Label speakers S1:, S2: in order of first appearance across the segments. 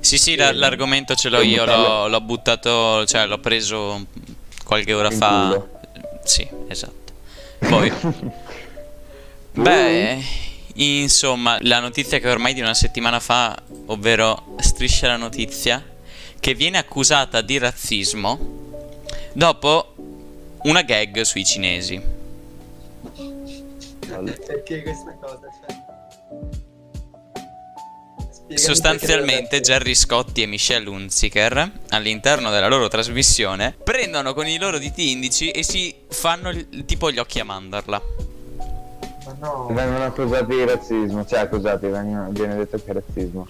S1: Sì, sì, la- l'argomento ce l'ho io, l'ho, l'ho buttato, cioè l'ho preso qualche ora
S2: In
S1: fa.
S2: culo.
S1: Sì, esatto. Poi, beh, insomma, la notizia che ormai di una settimana fa, ovvero Striscia la notizia, che viene accusata di razzismo dopo una gag sui cinesi.
S3: Perché questa cosa? Cioè... Spiegami
S1: Sostanzialmente
S3: perché
S1: Jerry Scotti e Michelle Hunziker all'interno della loro trasmissione prendono con i loro diti indici e si fanno il- tipo gli occhi a mandarla.
S3: dovrebbe- Ma no,
S2: Vengono accusati di razzismo, cioè accusati, vengono- viene detto che è razzismo.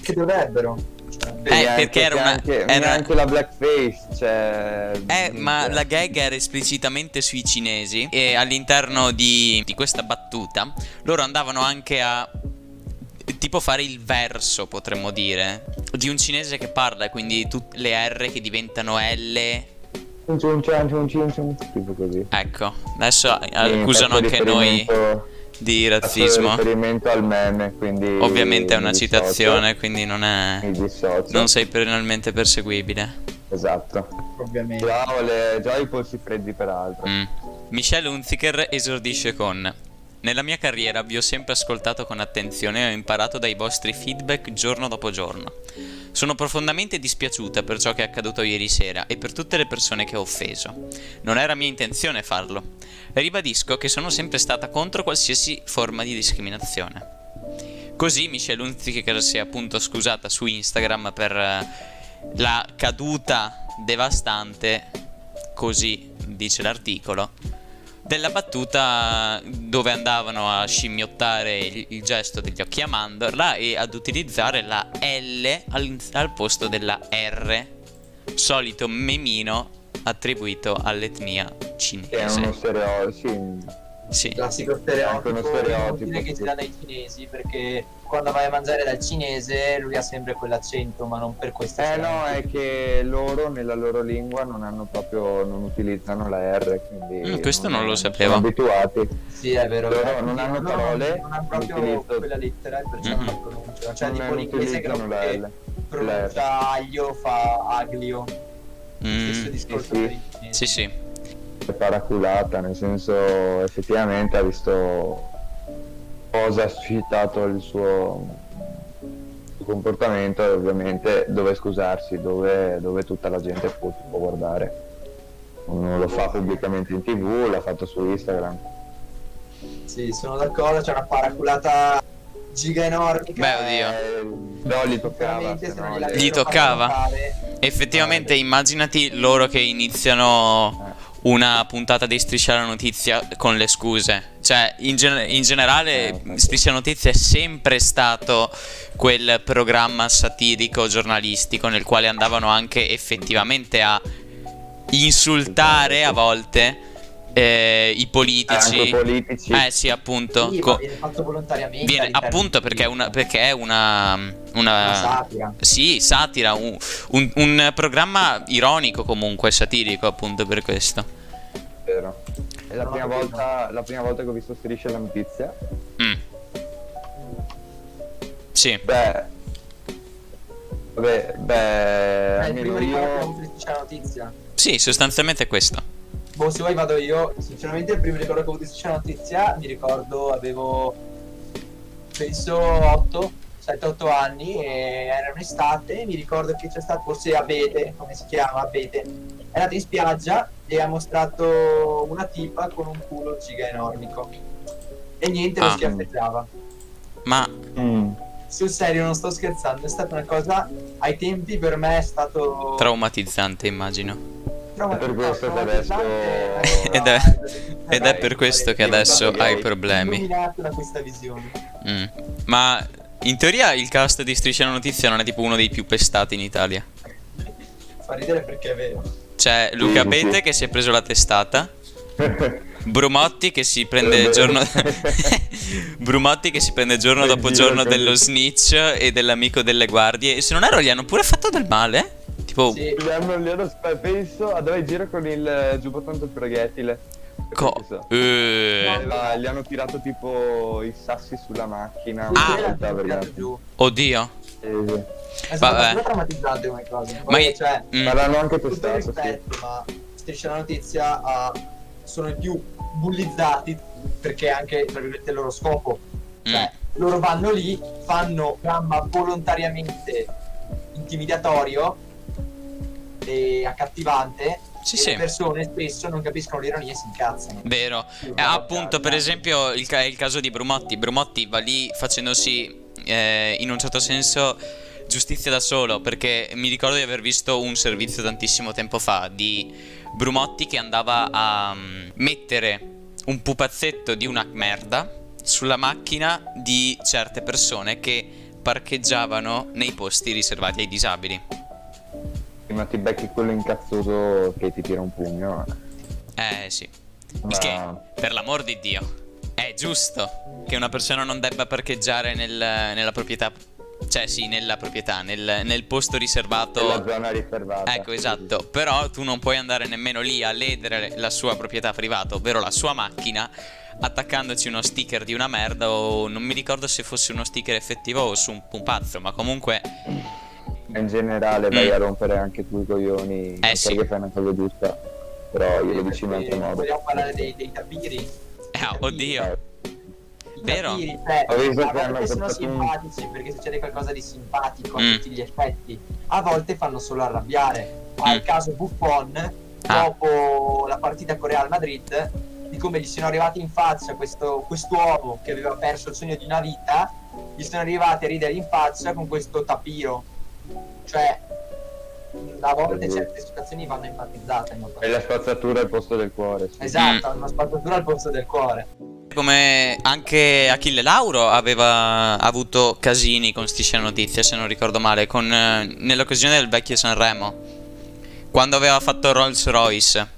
S3: che dovrebbero. Cioè,
S1: Eh,
S2: E anche-
S1: perché era
S2: che
S1: una-
S2: Anche,
S1: era-
S2: anche la blackface, cioè...
S1: Eh, ma
S2: cioè,
S1: la gag era esplicitamente sui cinesi e all'interno di, di questa battuta loro andavano anche a tipo fare il verso, potremmo dire, di un cinese che parla, quindi tutte le R che diventano L.
S2: un ciun cian, ciun ciun ciun, tipo così.
S1: Ecco, adesso eh,
S2: Quindi
S1: accusano
S2: fatto
S1: anche noi
S2: Mm, riferimento-
S1: di
S2: fatto
S1: razzismo.
S2: riferimento al meme, quindi...
S1: Ovviamente è una
S2: mi dissocio,
S1: citazione, quindi non è.
S2: Mi dissocio.
S1: Non sei penalmente perseguibile.
S2: Esatto.
S3: ovviamente.
S2: Bravo, le... già i polsi freddi peraltro.
S1: Mm. Michelle Hunziker esordisce con. Nella mia carriera vi ho sempre ascoltato con attenzione e ho imparato dai vostri feedback giorno dopo giorno. Sono profondamente dispiaciuta per ciò che è accaduto ieri sera e per tutte le persone che ho offeso. Non era mia intenzione farlo. Ribadisco che sono sempre stata contro qualsiasi forma di discriminazione. Così Michelle Hunziker si è appunto scusata su Instagram per eh, la caduta devastante, così dice l'articolo, della battuta dove andavano a scimmiottare il, il gesto degli occhi a mandorla e ad utilizzare la L al, al posto della R, solito memino attribuito all'etnia
S2: Che è uno
S1: cinese.
S2: stereo... sì.
S1: Sì.
S3: classico
S2: Anche
S3: stereotipo,
S2: uno stereotipo,
S3: inutile che
S2: sì.
S3: si dà dai cinesi perché quando vai a mangiare dal cinese lui ha sempre quell'accento ma non per questo
S2: Eh
S3: accento.
S2: no, è che loro nella loro lingua non hanno proprio, non utilizzano la R, quindi...
S1: Mm, questo non lo sapevo.
S2: Sono abituati.
S3: sì è vero
S2: Loro
S3: eh,
S2: non hanno
S3: no,
S2: parole,
S3: non hanno proprio
S2: utilizzo-
S3: quella lettera e perciò
S1: Mhm.
S3: non la pronunciano cioè
S2: non
S3: tipo l'inglese che
S2: utilizzano
S3: non
S2: la
S3: che
S2: L. la
S3: pronuncia aglio fa aglio
S1: Mm,
S3: stesso discorso
S2: sì.
S3: per i
S1: sì,
S3: cinesi
S1: sì.
S2: è paraculata, nel senso effettivamente ha visto cosa ha suscitato il suo suo comportamento e ovviamente dove scusarsi, dove, dove tutta la gente può, può guardare. Non lo fa pubblicamente in tv, l'ha fatto su Instagram.
S3: Sì, sono d'accordo, c'è una paraculata giga enorme.
S1: Beh, oddio.
S2: Eh, no, gli toccava.
S3: Veramente,
S2: se
S3: se
S2: no
S3: non
S2: le-
S1: Gli toccava. Effettivamente, immaginati loro che iniziano una puntata di Striscia la Notizia con le scuse. Cioè, in, gen- in
S2: Eh,
S1: generale,
S2: infatti.
S1: Striscia la Notizia è sempre stato quel programma satirico giornalistico nel quale andavano anche effettivamente a insultare a volte eh, i
S2: anche
S1: politici.
S2: politici.
S1: Eh sì, appunto.
S3: Sì,
S1: Co-
S3: ma viene fatto volontariamente.
S1: viene-
S3: all'interno
S1: appunto
S3: di-
S1: perché è una, perché è una,
S3: Una
S1: una,
S3: satira.
S1: sì, satira, un, un- un programma ironico comunque, satirico appunto per questo.
S2: vero. È la
S3: No,
S2: prima,
S3: no, no.
S2: volta, la prima volta che ho visto Striscia la notizia.
S1: Mm. Sì,
S2: Beh, vabbè, beh,
S3: Eh, il primo
S2: almeno
S3: ricordo
S2: io,
S3: con c'è la notizia.
S1: sì, sostanzialmente è questo.
S3: Boh, se vuoi vado io. Sinceramente il primo ricordo che ho avuto c'è la notizia, mi ricordo avevo penso 8, 7-8 anni e era un'estate, mi ricordo che c'è stato forse Abete, come si chiama Abete, è andato in spiaggia e ha mostrato una tipa con un culo giga enormico e niente lo
S1: Ah.
S3: schiaffeggiava.
S1: Ma
S2: Mm,
S3: Sul serio non sto scherzando, è stata una cosa ai tempi per me è stato
S1: traumatizzante immagino.
S3: trauma-
S2: È per questo che adesso-
S3: traumatizzante,
S1: Ed è-
S3: eh,
S1: Ed è per questo che adesso hai problemi.
S3: illuminato da questa visione.
S1: Mm. Ma in teoria il cast di Striscia la Notizia non è tipo uno dei più pestati in Italia.
S3: Fa ridere perché è vero.
S1: C'è Luca
S2: Sì, sì.
S1: Bete che si è preso la testata. Brumotti che si prende
S2: Eh,
S1: giorno
S2: beh.
S1: Brumotti che si prende giorno
S2: Eh,
S1: dopo
S2: sì,
S1: giorno
S2: ragazzi.
S1: dello snitch e dell'amico delle guardie. E se non erro, gli hanno pure fatto del male? Tipo,
S3: Sì,
S2: Gli hanno, gli hanno spa- penso a dove in giro con il eh, giubbotto tanto proiettile.
S1: co-
S2: Penso.
S1: Eh,
S2: Eh, ma Gli hanno tirato tipo i sassi sulla macchina.
S3: Ah,
S2: tutta
S3: l'hanno
S2: vergata.
S3: tirato giù.
S1: oddio.
S2: Sì, sì.
S3: È stato
S1: Vabbè.
S3: abbastanza traumatizzante come cosa.
S1: Ma io-
S3: Poi, cioè,
S1: Mm.
S2: L'hanno anche
S3: con tutto il
S2: testato, sì.
S3: rispetto, ma Striscia la Notizia ha- sono i più bullizzati perché è anche tra virgolette il loro scopo.
S1: mm.
S3: Cioè, loro vanno lì, fanno un programma volontariamente intimidatorio e accattivante.
S1: Sì,
S3: e
S1: sì.
S3: le persone spesso non capiscono l'ironia e si incazzano.
S1: Vero.
S3: Sì,
S1: Eh,
S3: ma-
S1: appunto, per esempio, il, ca- il caso di Brumotti. Brumotti va lì facendosi, eh, in un certo senso, giustizia da solo. Perché mi ricordo di aver visto un servizio tantissimo tempo fa di Brumotti che andava a mm, mettere un pupazzetto di una merda sulla macchina di certe persone che parcheggiavano nei posti riservati ai disabili.
S2: Ma ti becchi quello incazzoso che ti tira un pugno.
S1: Eh sì.
S2: Ma...
S1: Il che, per l'amor di Dio, è giusto che una persona non debba parcheggiare nel- nella proprietà. Cioè, sì, nella proprietà, nel, nel posto
S2: La
S1: riservato.
S2: zona riservata.
S1: Ecco, esatto. Però tu non puoi andare nemmeno lì a ledere la sua proprietà privata, ovvero la sua macchina, attaccandoci uno sticker di una merda o non mi ricordo se fosse uno sticker effettivo o su un pupazzo, ma comunque
S2: In generale vai
S1: Mm. Eh
S2: a rompere anche tu i coglioni. non
S1: sì.
S2: Perché fai una cosa giusta. Però io lo dici in un altro
S3: Perché
S2: modo.
S3: eh, Vogliamo parlare dei, dei tapiri.
S1: eh, oddio.
S2: Eh,
S3: I
S1: Vero.
S3: tapiri, cioè,
S2: Ho visto
S3: a
S2: che hanno
S3: volte sono
S2: portato un-
S3: simpatici perché succede qualcosa di simpatico a
S1: Mm.
S3: tutti gli effetti. A volte fanno solo arrabbiare. Al
S1: Mm.
S3: caso Buffon,
S1: Ah.
S3: dopo la partita con Real Madrid, di come gli sono arrivati in faccia questo quest'uomo che aveva perso il sogno di una vita, gli sono arrivati a ridere in faccia con questo tapiro. Cioè, a volte
S2: Mhm.
S3: certe situazioni vanno empatizzate. non so.
S2: È la spazzatura al posto del cuore. Sì.
S3: Esatto, hanno una spazzatura al posto del cuore.
S1: Come anche Achille Lauro aveva avuto casini con Striscia la Notizia, se non ricordo male, con, eh, nell'occasione del vecchio Sanremo, quando aveva fatto Rolls Royce,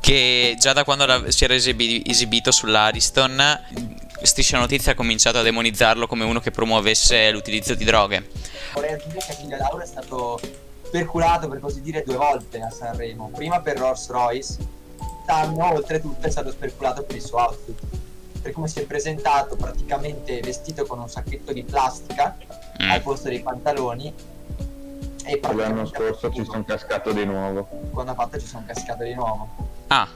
S1: che già da quando la- si era esibi- esibito sull'Ariston, Striscia la Notizia ha cominciato a demonizzarlo come uno che promuovesse l'utilizzo di droghe.
S3: Vorrei aggiungere che Achille Lauro è stato percurato per così dire due volte a Sanremo, prima per Rolls Royce, quest'anno oltretutto è stato sperculato per il suo outfit, per come si è presentato praticamente vestito con un sacchetto di plastica
S1: Mm.
S3: al posto dei pantaloni e praticamente
S2: L'anno
S3: ha
S2: scorso
S3: fatto
S2: ci sono cascato di nuovo.
S3: tutto. quando ha fatto ci sono cascato di nuovo.
S1: Ah,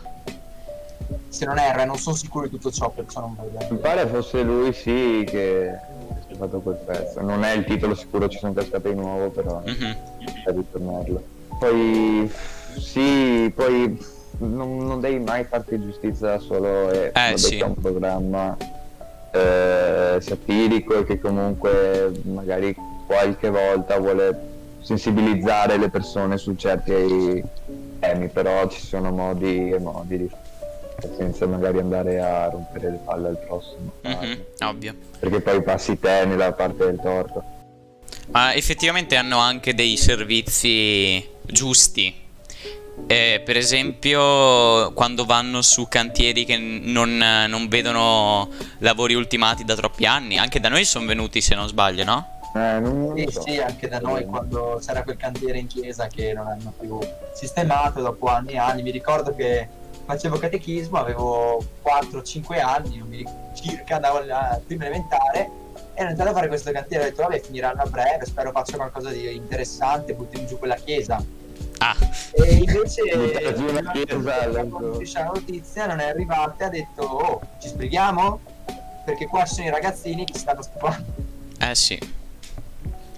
S3: Se non erro, e non sono sicuro di tutto ciò perché sono un po'
S2: Mi pare fosse lui sì che ha fatto quel pezzo. Non è il titolo sicuro, ci sono cascate di nuovo, però
S1: mhm.
S2: per ritornarlo. Poi sì, poi non, non devi mai farti giustizia da solo e vabbè,
S1: Eh, sì.
S2: c'è un programma eh, satirico e che comunque magari qualche volta vuole sensibilizzare le persone su certi temi, però ci sono modi e modi di senza magari andare a rompere le palle al prossimo.
S1: mhm, ovvio.
S2: Perché poi passi te nella parte del torto.
S1: Ma effettivamente hanno anche dei servizi giusti. Eh, per esempio, quando vanno su cantieri che n- non, non vedono lavori ultimati da troppi anni, anche da noi sono venuti, se non sbaglio, no?
S2: Eh, non, non
S3: Sì,
S2: so.
S3: sì, anche da noi
S2: Mm.
S3: quando c'era quel cantiere in chiesa che non hanno più sistemato dopo anni e anni. Mi ricordo che facevo catechismo, avevo 4-5 anni, non mi ric- circa andavo alla prima elementare e ero entrato a fare questo cantiere. Ho detto, vabbè, finiranno a breve, spero faccia qualcosa di interessante, buttiamo giù quella chiesa.
S1: Ah,
S3: E invece
S2: Buttare giù una chiesa, ecco. allora.
S3: la notizia non è arrivata e ha detto, oh, ci sbrighiamo? Perché qua ci sono i ragazzini che si stanno stupando.
S1: eh sì.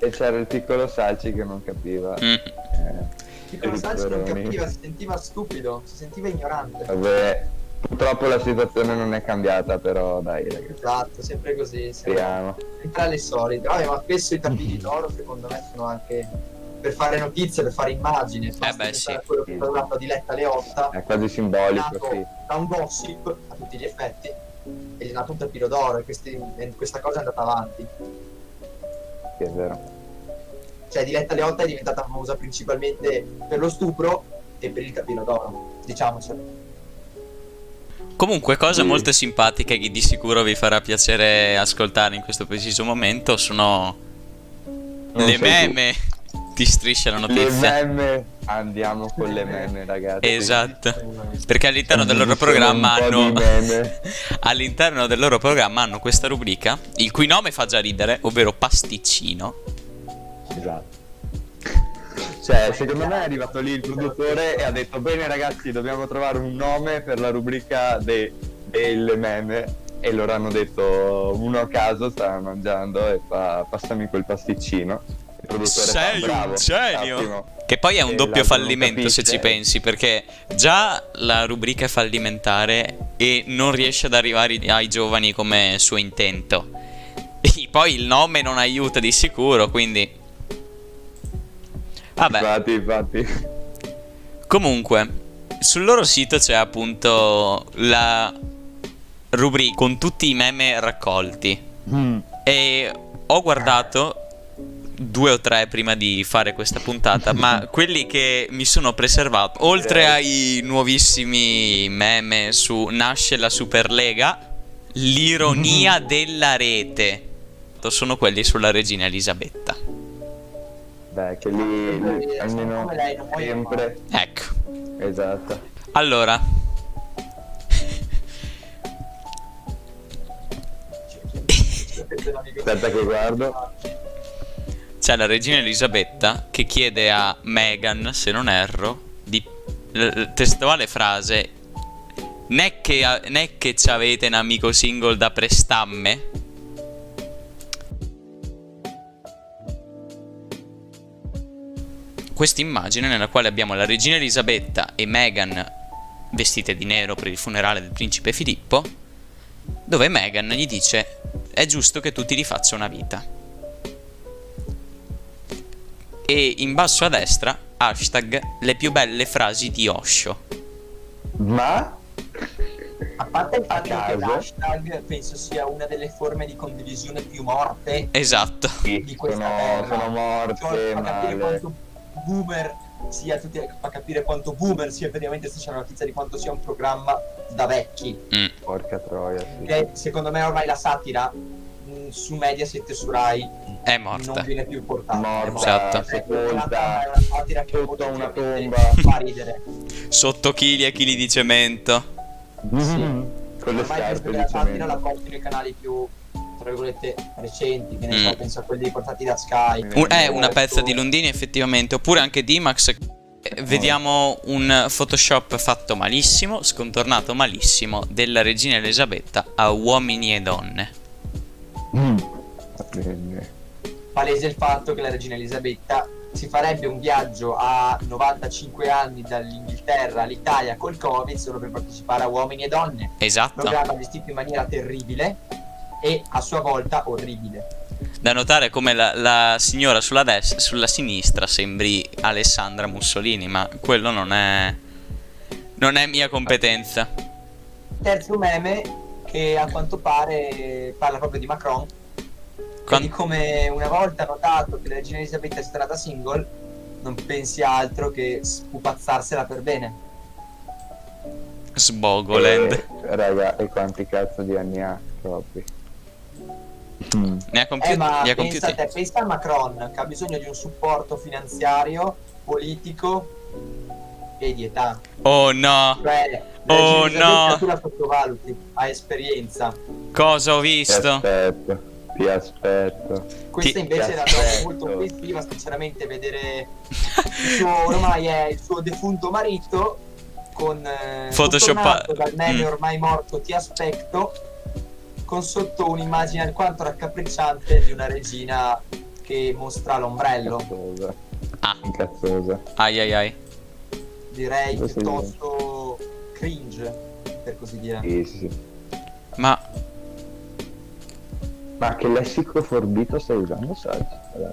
S2: E c'era il piccolo Salci che non capiva.
S1: Mm.
S2: Eh,
S3: Piccolo Sanchez non
S2: Pepperoni.
S3: capiva, si sentiva stupido, si sentiva ignorante.
S2: vabbè, purtroppo la situazione non è cambiata, però dai ragazzi,
S3: Esatto, sempre così, sempre
S2: speriamo.
S3: tra le solite. Vabbè, ma spesso i tappi d'oro secondo me sono anche per fare notizie, per fare immagine. Basta
S1: Eh beh,
S3: pensare
S1: sì.
S3: a quello che è parlato di Letta Leotta,
S2: È quasi simbolico,
S3: nato
S2: sì.
S3: da un gossip a tutti gli effetti, e gli è nato un tappino d'oro e questi- e questa cosa è andata avanti.
S2: sì, è vero.
S3: Cioè, Diletta Leotta è diventata famosa principalmente per lo stupro e per il tappino d'oro, diciamocelo.
S1: Comunque, cose
S2: Sì.
S1: molto simpatiche che di sicuro vi farà piacere ascoltare in questo preciso momento sono
S2: Non
S1: le
S2: so tu.
S1: meme di Striscia la
S2: Le
S1: Notizia.
S2: meme, andiamo con le meme ragazzi.
S1: Esatto. Perché all'interno del loro
S2: Sono
S1: programma
S2: un po'
S1: hanno.
S2: di meme.
S1: all'interno del loro programma hanno questa rubrica, il cui nome fa già ridere, ovvero Pasticcino.
S2: Esatto. Cioè, secondo me è arrivato lì il produttore e ha detto: Bene, ragazzi, dobbiamo trovare un nome per la rubrica de- del meme. E loro hanno detto: Uno a caso sta mangiando e fa: Passami quel pasticcino. Il produttore fa,
S1: Sei
S2: "Bravo,
S1: un genio!
S2: ottimo."
S1: Che poi è un
S2: E
S1: doppio
S2: l'altro non
S1: fallimento se
S2: capisce.
S1: ci pensi, perché già la rubrica è fallimentare e non riesce ad arrivare ai giovani come suo intento. E poi il nome non aiuta di sicuro, quindi... Vabbè.
S2: Infatti, infatti.
S1: Comunque, sul loro sito c'è appunto la rubrica con tutti i meme raccolti.
S2: Mm.
S1: E ho guardato due o tre prima di fare questa puntata, ma quelli che mi sono preservato, oltre ai nuovissimi meme su Nasce la Superlega, l'ironia della rete, sono quelli sulla regina Elisabetta.
S2: Beh, che lì lì, almeno
S3: Ah, Come lei, non muoio
S2: sempre.
S1: Ecco.
S2: Esatto.
S1: Allora,
S2: Aspetta che guardo.
S1: C'è la regina Elisabetta che chiede a Meghan, se non erro, di l- testuale frase Né che, a- né che c'avete un amico single da prestamme? Questa immagine nella quale abbiamo la regina Elisabetta e Meghan vestite di nero per il funerale del principe Filippo, dove Meghan gli dice è giusto che tu ti rifaccia una vita e in basso a destra hashtag le più belle frasi di Osho.
S2: Ma
S3: A parte il fatto
S2: A
S3: che
S2: caso.
S3: l'hashtag penso sia una delle forme di condivisione più morte
S1: Esatto.
S2: sì,
S3: di questa
S2: sono,
S3: terra.
S2: sono
S3: Cioè,
S2: morte
S3: fa capire
S2: male.
S3: quanto boomer sia tutti, fa capire quanto boomer sia effettivamente se c'è la notizia di quanto sia un programma da vecchi.
S1: Mm.
S2: Porca troia, sì.
S3: Che secondo me ormai la satira mh, su Mediaset e su Rai
S1: È
S3: non
S1: morta.
S3: viene più portata. Ecco,
S2: Morta,
S1: Esatto.
S2: sepolta,
S3: È una satira che
S2: sotto a una
S3: oggettivamente
S2: tomba.
S3: fa ridere.
S1: Sotto chili e chili di cemento.
S2: Mhm. Con le
S3: ormai
S2: scarpe
S3: penso che
S2: di
S3: la satira la
S2: cemento.
S3: portano i canali più tra virgolette recenti, che ne
S1: Mm.
S3: so, penso a quelli portati da Sky.
S2: Un-
S1: Un- è una
S3: Questo-
S1: pezza di Lundini effettivamente, oppure anche D-Max. Eh, Vediamo un Photoshop fatto malissimo, scontornato malissimo, della regina Elisabetta a uomini e donne.
S2: Mm. Bene.
S3: palese il fatto che la regina Elisabetta si farebbe un viaggio a 95 anni dall'Inghilterra all'Italia col Covid solo per partecipare a Uomini e Donne,
S1: Esatto.
S3: programma vestito in maniera terribile e a sua volta orribile.
S1: Da notare come la, la signora sulla, des- sulla sinistra sembri Alessandra Mussolini, ma quello non è. non è mia competenza.
S3: Terzo meme che a quanto pare parla proprio di Macron,
S1: Quan-
S3: e di come una volta notato che la regina Elisabetta è stata single non pensi a altro che spupazzarsela per bene.
S1: Sbogoland.
S2: Eh, raga, e quanti cazzo di anni ha? Troppi. Mm.
S1: Ne ha compiuti.
S3: Eh, ma
S1: ne ha
S3: pensa,
S1: compiuti.
S3: a te, pensa a Macron che ha bisogno di un supporto finanziario, politico e di età.
S1: Oh no,
S3: Cioè,
S1: Oh,
S3: la Elisabetta
S1: no.
S3: tu la sottovaluti, ha esperienza.
S1: cosa ho
S2: Ti
S1: visto?
S2: aspetto, ti aspetto.
S3: Questa
S1: Ti-
S3: invece
S2: ti
S3: è una cosa
S2: aspetto.
S3: molto offensiva, sinceramente, vedere il suo, ormai è il suo defunto marito con eh,
S1: Photoshoppa-
S3: contornato dal meme
S1: Mm.
S3: ormai morto ti aspetto con sotto un'immagine alquanto raccapricciante di una regina che mostra l'ombrello.
S2: Incazzosa.
S1: Ah.
S2: Incazzosa.
S1: Ai ai ai.
S3: direi
S2: Questo sì.
S3: piuttosto cringe per così dire
S2: Sì, sì, sì.
S1: Ma
S2: Ma che lessico forbito stai usando, Sergio? Allora,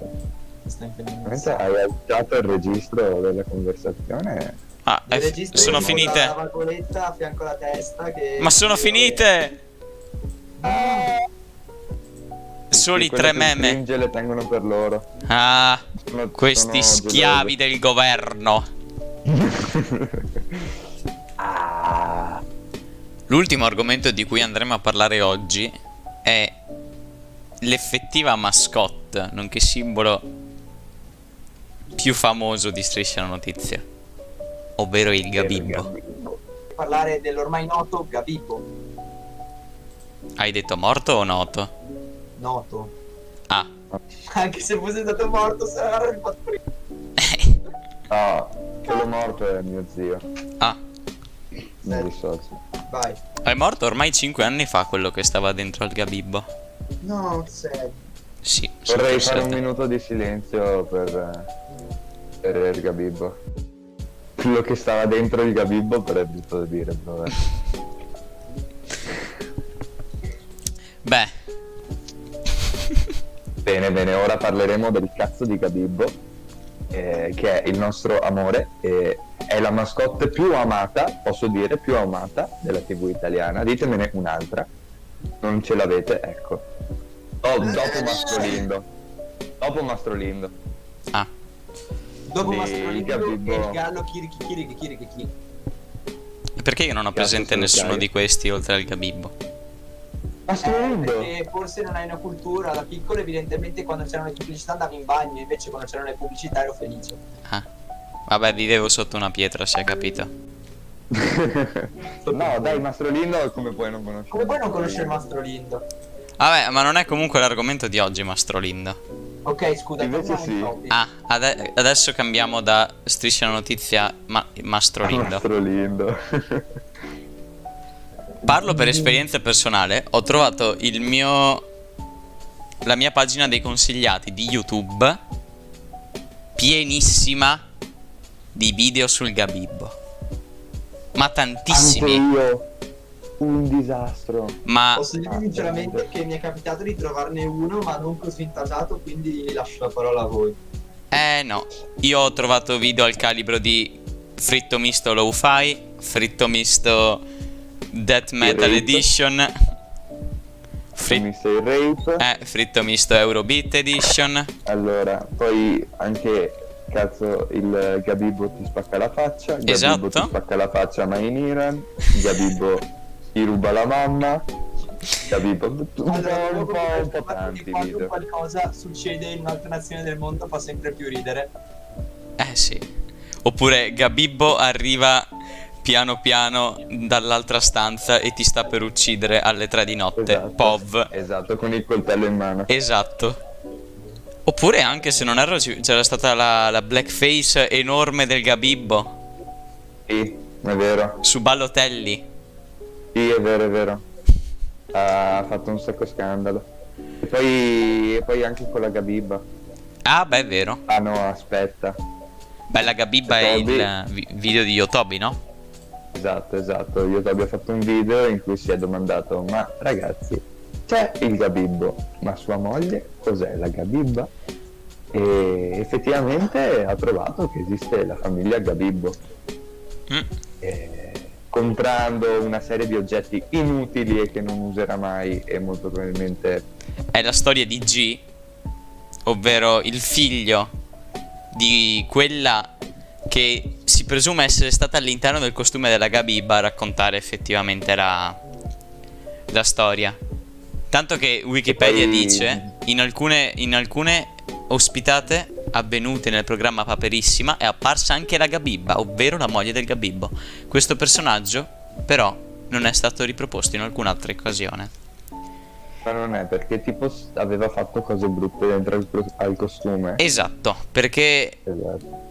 S3: sta impedendo
S2: veramente hai alzato il registro della conversazione.
S1: ah, è- sono
S3: la
S1: finite.
S3: valvoletta a fianco alla testa che
S1: Ma sono finite. Soli
S2: Sì, quelle
S1: tre
S2: sul
S1: meme.
S2: cringe le tengono per loro.
S1: Ah,
S2: Sono-
S1: questi
S2: sono
S1: schiavi del governo.
S2: geloso. ah,
S1: L'ultimo argomento di cui andremo a parlare oggi è l'effettiva mascotte, nonché simbolo più famoso di Striscia la Notizia, ovvero il gabibbo.
S2: Gabibbo.
S3: parlare dell'ormai noto Gabibbo
S1: Hai detto morto o noto?
S3: noto
S1: Ah,
S3: Anche se fosse stato morto, sarebbe fatto prima.
S2: Ah, quello morto è mio zio.
S1: Ah,
S2: Mi dissocio.
S3: Vai.
S1: è morto ormai 5 anni fa quello che stava dentro al gabibbo.
S3: No, sei.
S1: Sì, certo. sono
S2: Vorrei fare un
S1: costretto.
S2: minuto di silenzio per, eh, per il Gabibbo. Quello che stava dentro il Gabibbo per giusto dire, eh. vabbè.
S1: Beh,
S2: Bene, bene, ora parleremo del cazzo di Gabibbo, eh, che è il nostro amore, e è la mascotte più amata, posso dire, più amata della TV italiana. Ditemene un'altra. Non ce l'avete, ecco. Oh, dopo Mastrolindo. Dopo Mastrolindo.
S1: ah,
S3: Dopo
S2: Sì,
S3: Mastrolino
S2: Gabibbo.
S3: e il gallo Kiriki Kiriki Kiriki Kiriki.
S1: perché io non ho
S2: Piazza
S1: presente
S2: Sul
S1: nessuno
S2: Caio.
S1: di questi oltre al gabibbo?
S2: Mastrolindo!
S3: E Eh, forse non hai una cultura da piccolo, evidentemente quando c'erano le pubblicità andavi in bagno, invece quando c'erano le pubblicità ero felice.
S1: Ah, vabbè, vivevo sotto una pietra, si è capito.
S2: no, dai, Mastrolindo, come puoi non conoscere?
S3: Come puoi non conoscere Mastrolindo?
S1: Vabbè, ma non è comunque l'argomento di oggi, Mastrolindo.
S3: Ok, scusa,
S2: Invece
S3: torniamo ai
S2: sì.
S3: topic.
S1: Ah, ade- adesso cambiamo da striscia la notizia ma- Mastrolindo.
S2: Mastrolindo.
S1: Parlo per esperienza personale, ho trovato il mio la mia pagina dei consigliati di YouTube pienissima di video sul Gabibbo. Ma
S2: Anche
S1: tantissimi,
S2: io. Un disastro.
S1: ma
S3: Posso
S2: ah,
S3: dire sinceramente che mi è capitato di trovarne uno, ma non così intasato, quindi lascio la parola a voi.
S1: eh no, io ho trovato video al calibro di fritto misto lo-fi, fritto misto death metal
S2: Rape.
S1: edition,
S2: Ho
S1: fritto
S2: messo il rape.
S1: Eh, fritto misto Eurobeat Edition.
S2: Allora, poi anche cazzo il Gabibbo ti spacca la faccia, Gabibbo
S1: Esatto.
S2: ti spacca la faccia ma in Iran, Gabibbo ti ruba la mamma, Gabibbo un po', un po', un po' tanti
S3: che quando
S2: video.
S3: qualcosa succede in un'altra nazione del mondo fa sempre più ridere.
S1: Eh sì. Oppure Gabibbo arriva piano piano dall'altra stanza e ti sta per uccidere alle 3 di notte.
S2: Esatto.
S1: Pov.
S2: Esatto, con il coltello in mano.
S1: Esatto. Oppure anche se non erro ci- c'era stata la, la blackface enorme del Gabibbo
S2: Sì, è vero.
S1: su Ballotelli.
S2: Sì, è vero, è vero. Ha fatto un sacco scandalo. E poi, e poi anche con la Gabibba.
S1: Ah, beh, è vero.
S2: Ah no, aspetta.
S1: Beh, la Gabibba è il eh, vi- video di Yotobi, no?
S2: Esatto, esatto. Io ti abbia fatto un video in cui si è domandato, ma ragazzi, c'è il Gabibbo, ma sua moglie cos'è la Gabibba? E effettivamente ha trovato che esiste la famiglia Gabibbo,
S1: Mm.
S2: eh, comprando una serie di oggetti inutili e che non userà mai e molto probabilmente
S1: è la storia di G, ovvero il figlio di quella che si presume essere stata all'interno del costume della Gabibba a raccontare effettivamente la, la storia. Tanto che Wikipedia
S2: E poi-
S1: dice, in alcune, in alcune ospitate avvenute nel programma Paperissima è apparsa anche la Gabibba, ovvero la moglie del Gabibbo. Questo personaggio però non è stato riproposto in alcun'altra occasione.
S2: Ma non è perché tipo s- aveva fatto cose brutte dentro al, pro- al costume.
S1: Esatto, perché
S2: Esatto.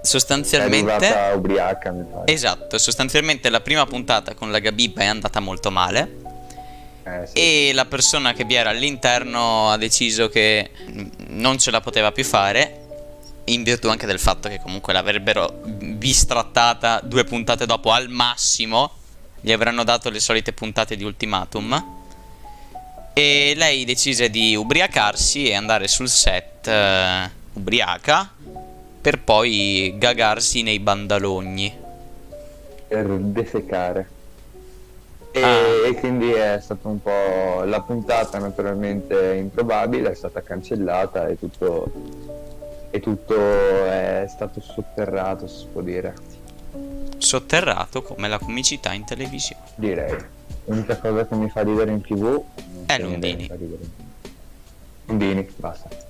S2: È
S1: sostanzialmente
S2: arrivata ubriaca, mi pare.
S1: esatto sostanzialmente la prima puntata con la Gabibba è andata molto male
S2: Eh, sì.
S1: e la persona che vi era all'interno ha deciso che mm, non ce la poteva più fare in virtù anche del fatto che comunque l'avrebbero bistrattata due puntate dopo al massimo gli avranno dato le solite puntate di ultimatum e lei decise di ubriacarsi e andare sul set eh, ubriaca per poi gagarsi nei bandalogni
S2: per defecare. E,
S1: Ah.
S2: e quindi è stata un po' la puntata naturalmente improbabile, è stata cancellata e tutto, e tutto è stato sotterrato, si può dire.
S1: sotterrato come la comicità in televisione.
S2: Direi. L'unica cosa che mi fa ridere in tv
S1: È
S2: che mi
S1: Lundini.
S2: fa ridere in TV. Lundini, basta.